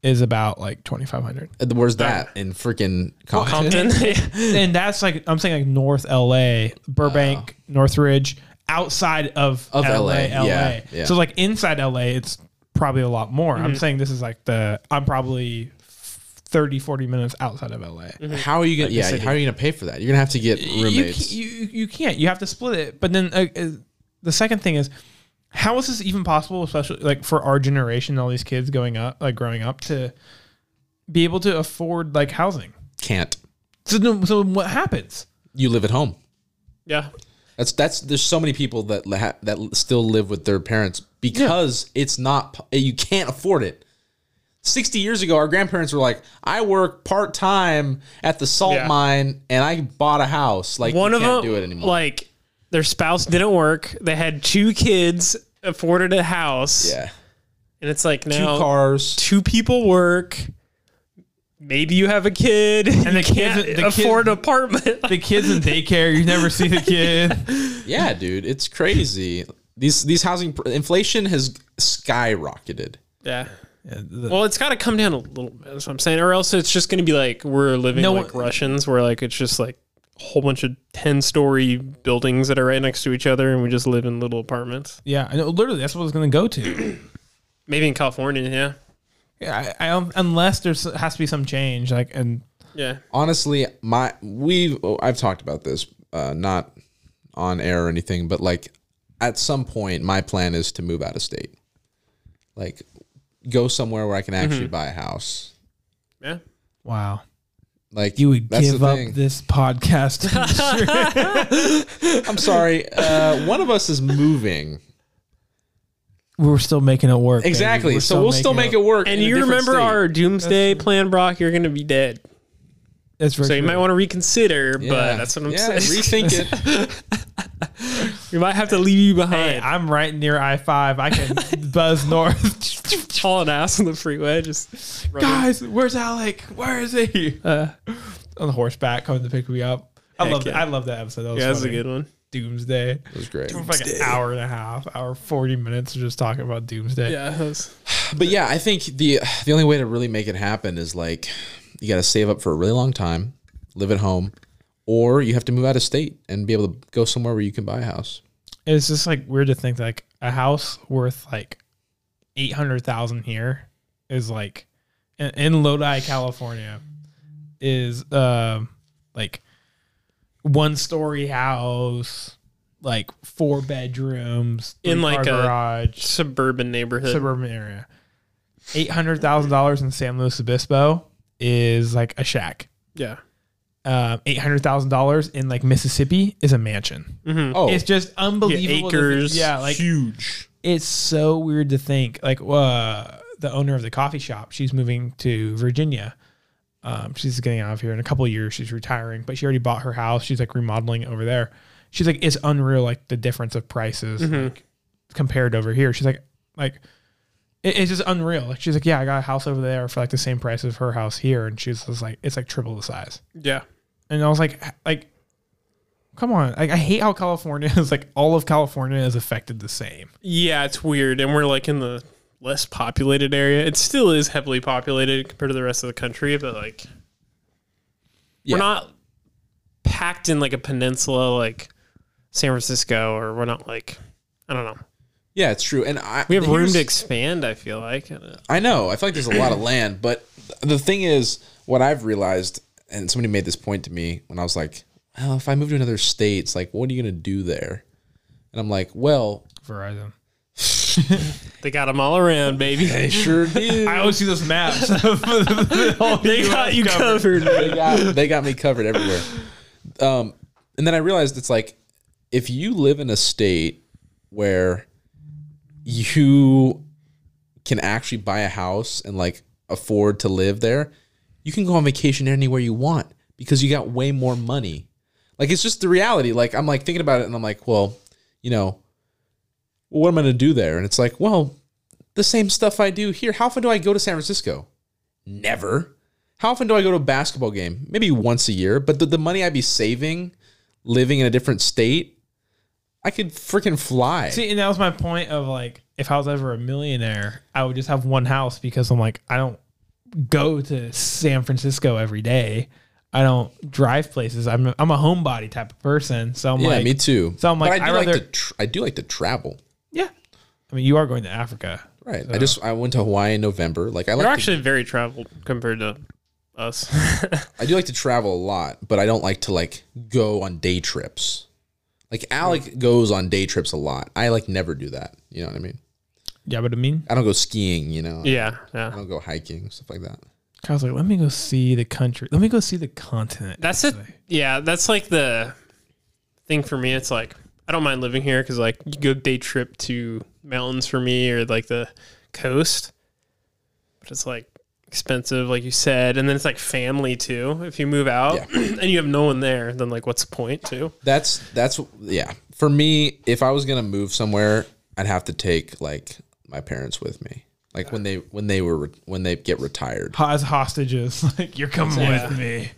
is about like twenty five hundred.
Uh, Where's that in freaking Compton?
Compton.
and that's like I'm saying like North LA, Burbank, Northridge, outside of,
Oh. Of
LA,
LA,
LA.
yeah, yeah.
So like inside LA, it's probably a lot more. I'm saying this is like the I'm probably 30 40 minutes outside of LA.
Mm. How are you gonna? yeah, how are you gonna pay for that? You're gonna have to get
You,
roommates.
ca- you you can't. You have to split it. But then uh, uh, the second thing is how is this even possible especially like for our generation, all these kids going up like growing up to be able to afford like housing.
Can't.
So then- so what happens?
You live at home.
yeah.
That's that's. There's so many people that la- that still live with their parents because it's not. p- You can't afford it. Sixty years ago, our grandparents were like, "I work part time at the salt
Yeah.
mine, and I bought a house." Like
One
you
of
can't
them,
do it anymore.
like their spouse didn't work. They had two kids, afforded a house.
yeah,
And it's like
two
now two,
cars.
people work. Maybe you have a kid and
the
they can't
kids- the kids-
afford an apartment.
The kids in daycare, you never see the kid.
Yeah, dude, it's crazy. These these housing pr- inflation has skyrocketed.
yeah.
the-
Well, it's got to come down a little bit. That's what I'm saying, or else it's just going to be like we're living
No,
like Russians, where like it's just like a whole bunch of ten story buildings that are right next to each other, and we just live in little apartments.
Yeah, I know. Literally, that's what I was going to go to.
Maybe in California, yeah,
Yeah, I, I don't, unless there's has to be some change, like and
yeah.
honestly, my we oh, I've talked about this, uh, not on air or anything, but like at some point, my plan is to move out of state, like go somewhere where I can actually
Mm-hmm.
buy a house.
Yeah.
wow,
Like
you would
that's
give
the
up
thing.
this podcast.
I'm sorry. Uh, one of us is moving.
We're still making it work. baby.
Exactly.
We're
so we'll still make it work.
And
in a
you
different
remember
state.
our doomsday plan, Brock? You're going to be dead,
That's very
so you
true.
might want to reconsider.
Yeah.
But that's what I'm
Yeah,
saying.
Rethink it.
we might have to leave
Hey,
you behind.
I'm right near I five. I can buzz north.
Hauling ass on the freeway, just running.
Guys, where's Alec? Where is he?
Uh,
on horseback, coming to pick me up. I
Heck
love that.
yeah.
I love that episode. That was,
Yeah, that's a
funny.
good one.
Doomsday.
It was great.
Like an hour and a half, hour forty minutes of just talking about Doomsday.
Yeah, that was-
But yeah, I think the the only way to really make it happen is like you got to save up for a really long time, live at home, or you have to move out of state and be able to go somewhere where you can buy a house.
it's just like weird to think like a house worth like eight hundred thousand here is like in, in Lodi, California, is um like one story house, like four bedrooms
In,
three-car
like, a-
garage,
suburban neighborhood.
suburban area. Eight hundred thousand dollars in San Luis Obispo is like a shack.
yeah.
Um, eight hundred thousand dollars in like Mississippi is a mansion.
Oh,
Hmm. It's just unbelievable. to think-
acres.
yeah, like
huge.
it's so weird to think like uh, the owner of the coffee shop she's moving to virginia um, she's getting out of here in a couple of years she's retiring but she already bought her house she's like remodeling it over there she's like it's unreal like the difference of prices like, compared over here she's like like it- it's just unreal like she's like yeah i got a house over there for like the same price as her house here and she's just like it's like triple the size
Yeah.
and I was like, h- like, come on! Like, I hate how California is like all of California is affected the same.
Yeah, it's weird. And we're like in the less populated area. It still is heavily populated compared to the rest of the country, but like
Yeah.
we're not packed in like a peninsula like San Francisco or we're not like I don't know.
Yeah, it's true. And I
We have room
here's-
to expand, I feel like. Uh,
I know. I feel like there's a lot of land, but th- the thing is, what I've realized, and somebody made this point to me when I was like, oh, if I move to another state, it's like, what are you gonna do there? And I'm like, well,
Verizon.
They got them all around, baby.
they sure do.
I always see those maps. of the whole
They
US
got you covered.
they got they got me covered everywhere. Um, and then I realized it's like if you live in a state where you can actually buy a house and like afford to live there, you can go on vacation anywhere you want because you got way more money. Like it's just the reality. Like I'm like thinking about it and I'm like, well, you know, what am I gonna do there? And it's like, well, the same stuff I do here. How often do I go to San Francisco? Never. How often do I go to a basketball game? Maybe once a year, but the, the money I'd be saving living in a different state, I could freaking fly.
See, and that was my point of like, if I was ever a millionaire, I would just have one house because I'm like, I don't go to San Francisco every day. I don't drive places. I'm a, I'm a homebody type of person, so I'm
yeah,
like,
me too.
so I'm
But
like,
I do
I'd
like
rather-
to tr- I do like to travel.
yeah. I mean, you are going to Africa.
Right. I just I went to Hawaii in November. Like I like
They're
to,
actually very traveled compared to us.
I do like to travel a lot, but I don't like to like go on day trips. Like Alec goes on day trips a lot. I like never do that. You know what I mean?
Yeah, but I mean,
I don't go skiing, you know.
yeah,
I
yeah.
don't go hiking, stuff like that.
I was like, let me go see the country. Let me go see the continent.
That's it. Yeah, that's like the thing for me. It's like I don't mind living here because like you go day trip to mountains for me or like the coast, but it's like expensive, like you said, and then it's like family too. If you move out and you have no one there, then like what's the point too?
That's that's yeah. For me, if I was gonna move somewhere, I'd have to take like my parents with me. Like when they when they were re- when they get retired.
Ho- As hostages, like you're coming with me.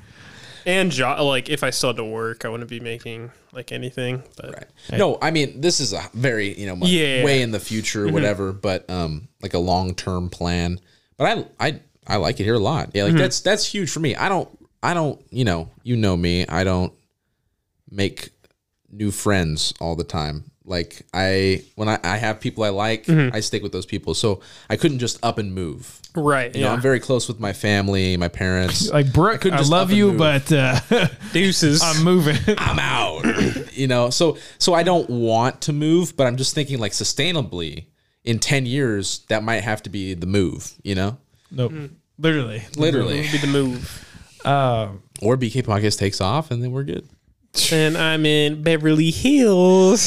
And jo- like if I still had to work, I wouldn't be making like anything. But
Right. No, I mean this is a very you know my-
Yeah. Mm-hmm.
way in the future, whatever. But um, like a long term plan. But I I I like it here a lot. Yeah, like
Mm-hmm.
that's that's huge for me. I don't I don't you know you know me. I don't make new friends all the time. Like I when I, I have people I like,
Mm-hmm.
I stick with those people. So I couldn't just up and move.
right,
You know,
yeah.
I'm very close with my family, my parents.
Like Brooke, I,
couldn't just up
love
and
you,
move.
but uh,
Deuces.
I'm moving.
I'm out. you know, so so I don't want to move, but I'm just thinking like sustainably in 10 years that might have to be the move, you know?
nope. Literally.
Literally.
be the move.
Um,
Or BK podcast takes off and then we're good.
and I'm in Beverly Hills.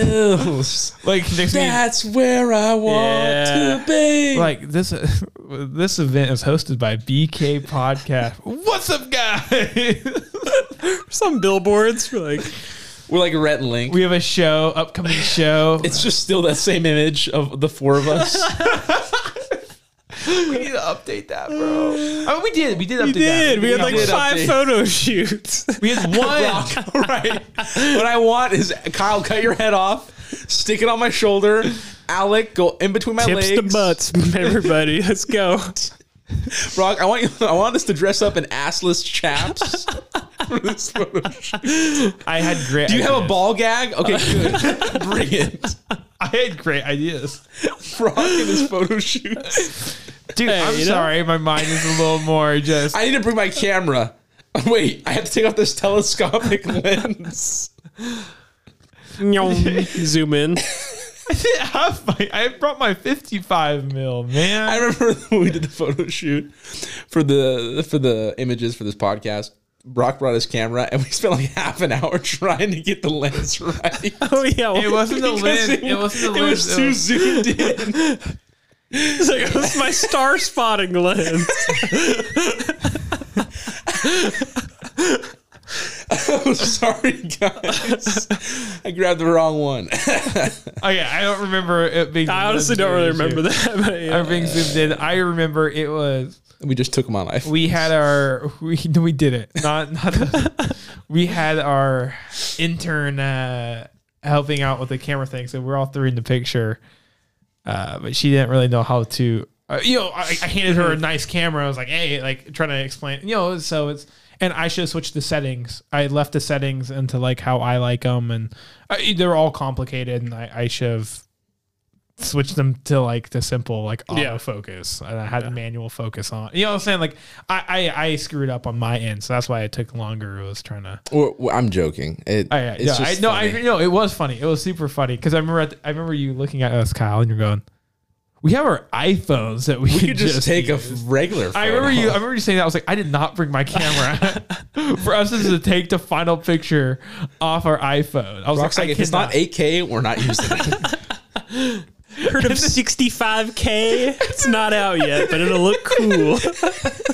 like next thing you-
That's where I want
Yeah.
to be.
like this this event is hosted by BK Podcast. What's up, guys?
Some billboards for like
we're like Rhett and Link.
We have a show, upcoming show.
it's just still that same image of the four of us.
we need to update that, bro. I mean, we did. We did update
We did.
that.
We had like
did
five
update.
photo shoots.
we had one.
Brock, right. What I want is Kyle, cut your head off, stick it on my shoulder. Alec, go in between my
Tips to
legs.
butts, everybody. Let's go.
Brock, I want you, I want us to dress up in assless chaps. for this photo shoot.
I had great.
Do you have a
ball?
ball gag? Okay, good. Bring it.
I had great ideas,
Brock in his photo shoots.
dude. I'm
you know?
sorry, my mind is a little more just.
I need to bring my camera. Wait, I have to take off this telescopic lens.
Nyom. Zoom in.
I didn't have my. I brought my 55 mil, man.
I remember when we did the photo shoot for the for the images for this podcast. Brock brought his camera, and we spent like half an hour trying to get the lens right.
Oh yeah.
it wasn't the
Because
lens. It, wasn't the
It
lens.
was too zoomed in.
It's like, it was my star spotting lens.
I'm Oh, sorry, guys. I grabbed the wrong one.
oh yeah, I don't remember it being.
I honestly don't really remember that. But
I
yeah.
being zoomed in. I remember it was
we just took my life.
we had our we no, we did it not not we had our intern uh, helping out with the camera thing so we're all three in the picture uh, but she didn't really know how to uh, you know I, I handed her a nice camera I was like hey like trying to explain you know so it's and I should have switched the settings I left the settings into like how I like them and uh, they were all complicated and I, I should have switched them to like the simple like
Yeah.
auto focus, and I had manual focus on. You know what I'm saying? Like I, I I screwed up on my end, so that's why it took longer. I was trying to.
Or, well, I'm joking. It,
I, I,
it's
Oh, no, I,
just
no, I,
funny.
no, it was funny. It was super funny because I remember at the- I remember you looking at us, Kyle, and you're going, "We have our iPhones that we,
you could just, take a
use."
regular.
I remember you. I remember you saying that. I was like, I did not bring my camera for us this is to take the final picture off our iPhone. I was
Rock's
like,
like,
I
if it's not
cannot."
8K, we're not using it.
Heard of 65K? It's not out yet, but it'll look cool.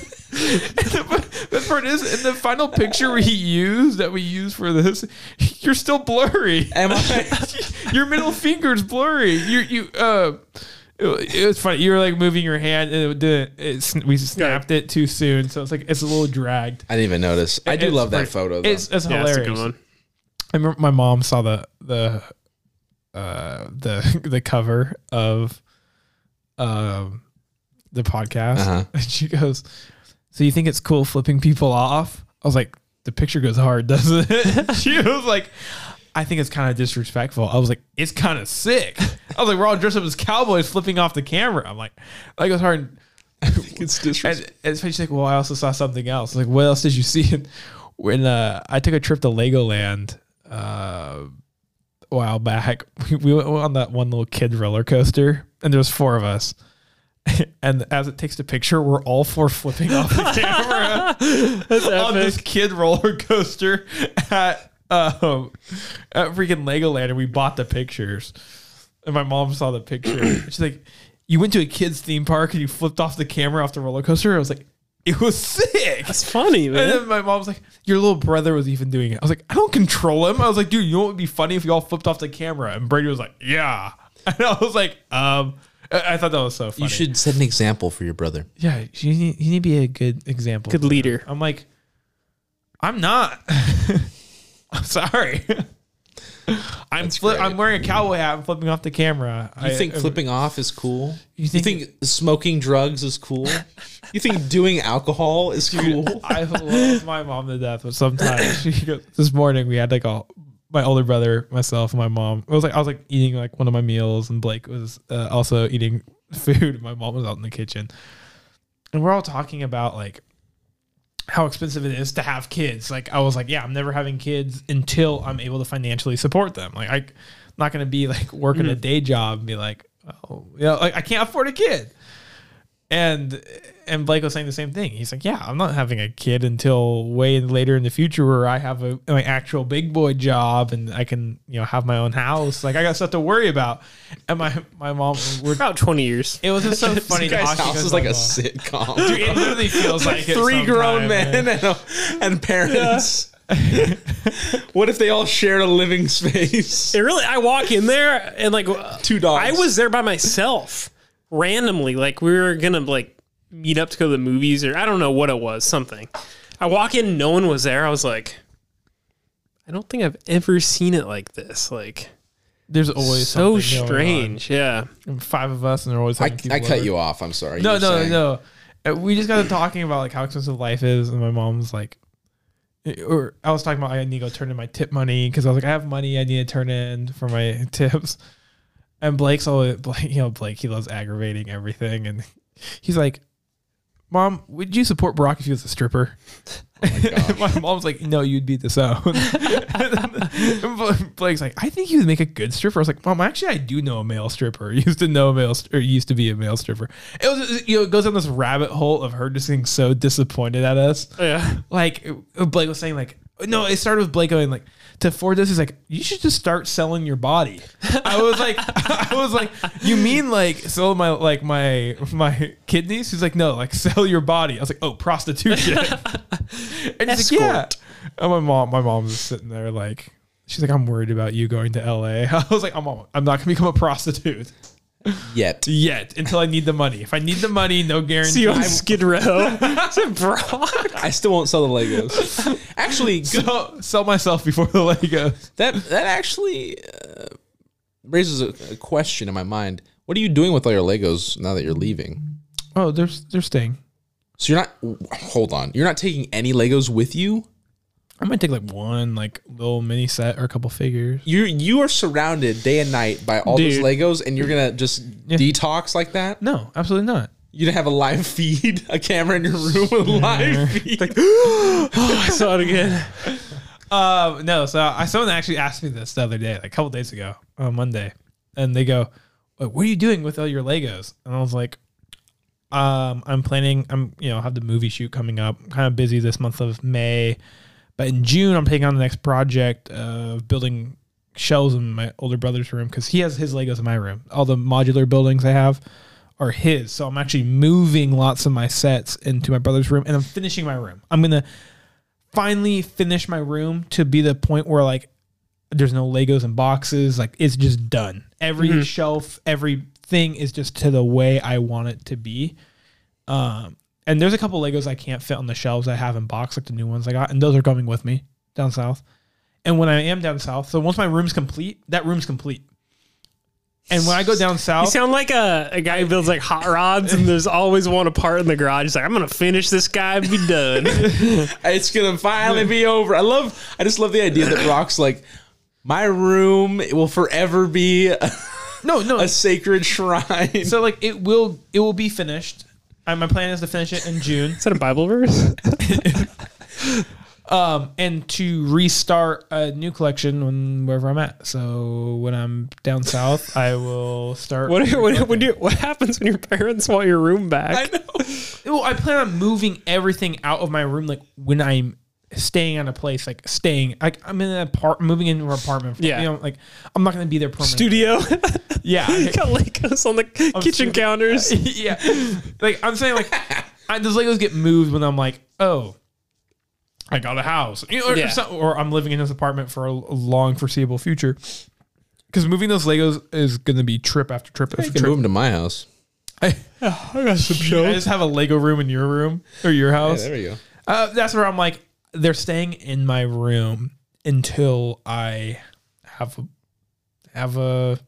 The part is, in the final picture we use that we use for this, you're still blurry.
Am I?
Your middle finger's blurry. You you uh. It it was funny. You were like moving your hand, and it didn't. It, sn- we snapped it too soon, so it's like it's a little dragged.
I didn't even notice. I do
It's
love that
pretty-
photo. Though.
It's, it's
Yeah,
hilarious.
that's a good one.
I remember my mom saw the the uh the the cover of um the podcast
Uh-huh.
and she goes, So you think it's cool flipping people off? I was like, the picture goes hard, doesn't it? she was like, I think it's kind of disrespectful. I was like, it's kind of sick. I was like, we're all dressed up as cowboys flipping off the camera. I'm like, that goes hard.
it's disrespectful.
And, and she's like, "Well, I also saw something else." Like, what else did you see? And when uh, I took a trip to Legoland uh, a while back, we, we went on that one little kid roller coaster, and there was four of us. And as it takes the picture, we're all four flipping off the camera on this kid roller coaster at um, at freaking Legoland, and we bought the pictures. And my mom saw the picture. She's like, "You went to a kids theme park and you flipped off the camera off the roller coaster." I was like, "It was sick."
It's funny,
And
man.
then my mom was like, "Your little brother was even doing it." I was like, "I don't control him." I was like, "Dude, you know what would be funny if y'all flipped off the camera?" And Brady was like, "Yeah," and I was like, "Um." I I thought that was so funny.
You should set an example for your brother.
yeah. You need, you need to be a good example.
Good leader.
I'm like, I'm not. I'm sorry. I'm fli-
great.
I'm wearing a cowboy hat and flipping off the camera.
You
I-
think
I-
flipping off is cool?
You
You
think-
think, smoking drugs is cool? you think doing alcohol is cool?
I love my mom to death, but sometimes she goes, this morning we had like a my older brother, myself, and my mom. It was like I was like eating like one of my meals, and Blake was uh, also eating food. My mom was out in the kitchen, and we're all talking about like how expensive it is to have kids. Like I was like, yeah, I'm never having kids until I'm able to financially support them. Like I, am not gonna be like working
Mm-hmm.
a day job and be like, oh, you know, like I can't afford a kid. And and Blake was saying the same thing. He's like, yeah, I'm not having a kid until way later in the future where I have a my actual big boy job and I can you know have my own house. Like I got stuff to worry about. And my my mom, we're,
About 20 years.
it was just so funny.
You guys'
talking
house
to
is like
my
a
mom.
sitcom.
It literally feels like it
Three
sometime,
grown men and, a, and parents. what if they all shared a living space?
It really, I walk in there and like
Two dogs.
I was there by myself randomly. Like we were gonna like meet up to go to the movies or I don't know what it was, something. I walk in, no one was there. I was like, I don't think I've ever seen it like this. Like
There's always
so
something going on.
strange. Yeah.
And Five of us, and they're always.
I,
having
I
people
cut
over.
you off. I'm sorry.
No,
You were
no,
saying-
no. Uh, We just got to talking about like how expensive life is, and my mom's like, eh, or I was talking about I need to go turn in my tip money because I was like, I have money I need to turn in for my tips, and Blake's always Blake, you know, Blake he loves aggravating everything, and he's like, Mom, would you support Barack if he was a stripper? my, mom's like, No, you'd be disowned. And Bla- Blake's like, I think he would make a good stripper. I was like, Mom, actually, I do know a male stripper. Used to know a male, st- or used to be a male stripper. It was, you know, it goes down this rabbit hole of her just being so disappointed at us.
Yeah.
Like uh, Blake was saying, like, no, it started with Blake going like, to afford this, he's like, you should just start selling your body. I was like, I was like, you mean like sell my like my my kidneys? He's like, no, like sell your body. I was like, oh, prostitution. and he's like, yeah. And my mom, my mom's just sitting there like, she's like, I'm worried about you going to L.A. I was like, I'm I'm not gonna become a prostitute
Yet.
yet until I need the money. If I need the money, no guarantee.
See you on Skid Row. Is it Brock?
I still won't sell the Legos. Actually, good
sell, sell myself before the Legos.
That that actually uh, raises a, a question in my mind. What are you doing with all your Legos now that you're leaving?
Oh, they're they're staying.
So you're not. Hold on. You're not taking any Legos with you.
I might take like one like little mini set or a couple figures.
You you are surrounded day and night by all
Dude.
those Legos, and you're gonna just detox like that.
No, absolutely not.
You'd have a live feed, a camera in your room with a live feed.
I saw it again. Um, no, so I someone actually asked me this the other day, like a couple days ago, on Monday, and they go, "What what are you doing with all your Legos?" And I was like, um, "I'm planning. I'm you know have the movie shoot coming up. I'm kind of busy this month of May, but in June I'm taking on the next project of building shelves in my older brother's room because he has his Legos in my room. All the modular buildings I have." Are his, so I'm actually moving lots of my sets into my brother's room, and I'm finishing my room. I'm gonna finally finish my room to be the point where like there's no Legos and boxes. Like it's just done. Every shelf, everything is just to the way I want it to be. Um, and there's a couple Legos I can't fit on the shelves I have in box, like the new ones I got, and those are coming with me down south. And when I am down south, so once my room's complete, that room's complete. And when I go down
You
south,
sound like a, a guy who builds like hot rods and there's always one apart in the garage. He's like, I'm gonna finish this guy and be done.
It's gonna finally be over. I love. I just love the idea that Rock's like, my room will forever be a,
no, no,
a sacred shrine.
so like it will, it will be finished. I, my plan is to finish it in June.
Is that a Bible verse?
um, and to restart a new collection when wherever I'm at. So when I'm down south, I will start.
What what, what, do, what happens when your parents want your room back?
Well, I plan on moving everything out of my room, like when I'm staying on a place, like staying. Like I'm in an apartment, moving into an apartment. For,
Yeah.
you know, like I'm not gonna be there permanently.
Studio.
yeah,
Got Legos on the kitchen
studio.
counters.
yeah. Like I'm saying, like I, those Legos get moved when I'm like, oh, I got a house, You know, or,
Yeah.
some- or I'm living in this apartment for a, l- a long foreseeable future. Because moving those Legos is going to be trip after trip after
You can
trip.
move him to my house.
I,
I got some
I just have a Lego room in your room or your house.
there we go.
Uh, that's where I'm like, they're staying in my room until I have a, have a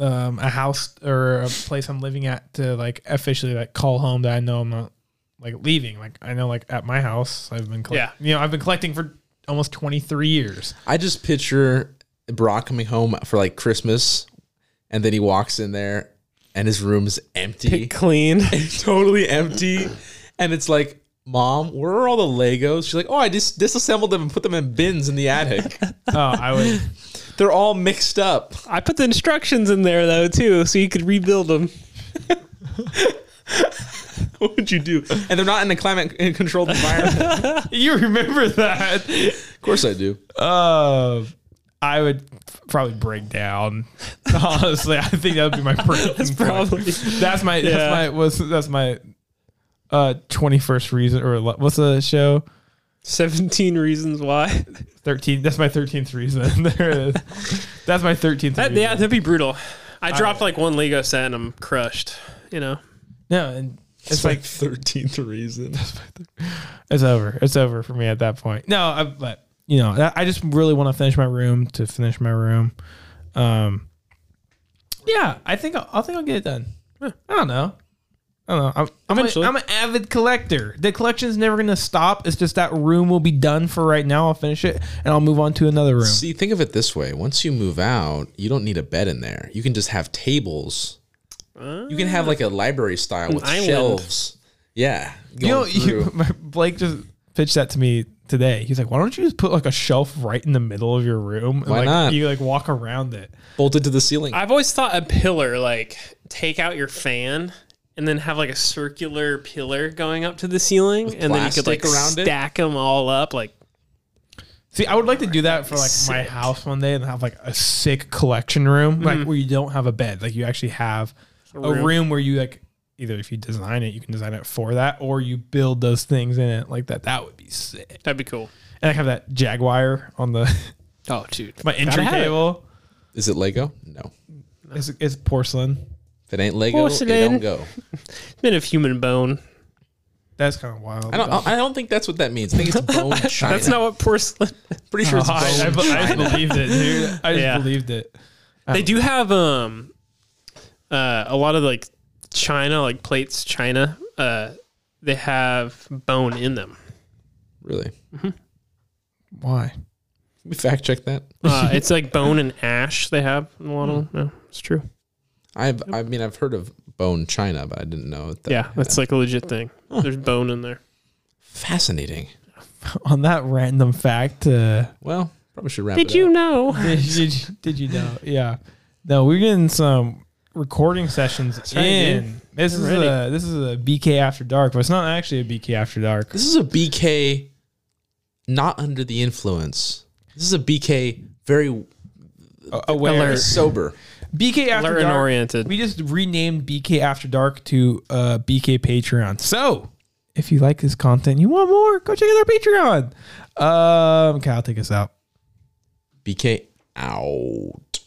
um, a house or a place I'm living at to like officially like call home that I know I'm not like leaving. Like I know like at my house I've been collect- you know I've been collecting for almost 23 years.
I just picture Brock coming home for like Christmas, and then he walks in there, and his room's empty,
Clean.
totally empty, and it's like, Mom, where are all the Legos? She's like, Oh, I just disassembled them and put them in bins in the attic.
Oh, I would.
They're all mixed up.
I put the instructions in there though too, so you could rebuild them.
What would you do? And they're not in a climate in a controlled environment.
you remember that?
of course, I do.
Uh, I would f- probably break down. Honestly, I think that would be my breaking that's
Probably.
That's my
Yeah.
that's my was that's my uh twenty first reason or le- what's the show
17 reasons why.
thirteen. That's my thirteenth reason. there it is. That's my thirteenth.
That,
reason.
yeah, that'd be brutal. I dropped like one Lego set and I'm crushed. You know,
No, and it's like
thirteenth reason.
it's over. It's over for me at that point. No, I, but you know, that- I just really want to finish my room to finish my room. Um, yeah, I think I'll, I think I'll get it done. Huh, I don't know. I don't know. I'm, I'm, a,
Eventually.
I'm an avid collector. The collection's never going to stop. It's just that room will be done for right now. I'll finish it and I'll move on to another room.
See, think of it this way: once you move out, you don't need a bed in there. You can just have tables. You can have like a library style with
island.
shelves. Yeah,
you know,
going through.
you, Blake just pitched that to me today. He's like, why don't you just put like a shelf right in the middle of your room? And
Why
like,
not?
You like walk around it.
bolted to the ceiling.
I've always thought a pillar, like take out your fan and then have like a circular pillar going up to the ceiling, and then you could
plastic
like
around it?
stack them all up. Like
See, I would like to do that for like my
Sick.
house one day and have like a sick collection room, like where you don't have a bed, like you actually have a room.
room.
where you like either if you design it, you can design it for that, or you build those things in it like that. That would be sick.
that'd be cool.
And I have that Jaguar on the
Oh, dude,
my entry
have it.
table.
Is it Lego? No.
It's, it's porcelain.
If it ain't Lego, it don't
Porcelain.
go.
it's made of human bone.
That's kind of wild.
I don't. I don't think that's what that means. I think it's bone china.
That's not what porcelain.
Pretty sure it's bone
I, I, be- I
china.
believed it, dude. I just
Yeah.
believed it.
They do have um, uh, a lot of like china, like plates china. Uh, they have bone in them.
really.
Why?
Can we fact check that?
Uh, it's like bone and ash they have in a lot
Hmm.
of them. No, it's true.
I've I mean I've heard of bone china, but I didn't know that.
yeah, that's like a legit thing. There's bone in there.
fascinating.
On that random fact, uh,
Well, probably should wrap
Did
it
you
up.
know?
did, did, you- did you know? Yeah. No, we're getting some recording sessions
right,
in. This is
Alrighty.
a this is a BK after dark, but it's not actually a BK after dark.
This is a BK not under the influence. This is a BK very
A- Aware.
Alert.
sober.
BK after
Learn
dark.
oriented.
We just renamed BK After Dark to uh, BK Patreon. So if you like this content, you want more, go check out our Patreon. Um, Kyle, take us out.
BK out.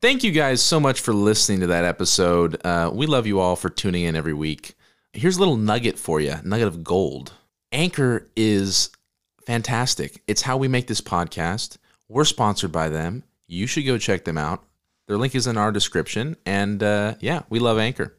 Thank you guys so much for listening to that episode. Uh, we love you all for tuning in every week. Here's a little nugget for you nugget of gold. Anchor is fantastic. It's how we make this podcast. We're sponsored by them. You should go check them out. Their link is in our description. And uh, yeah, we love Anchor.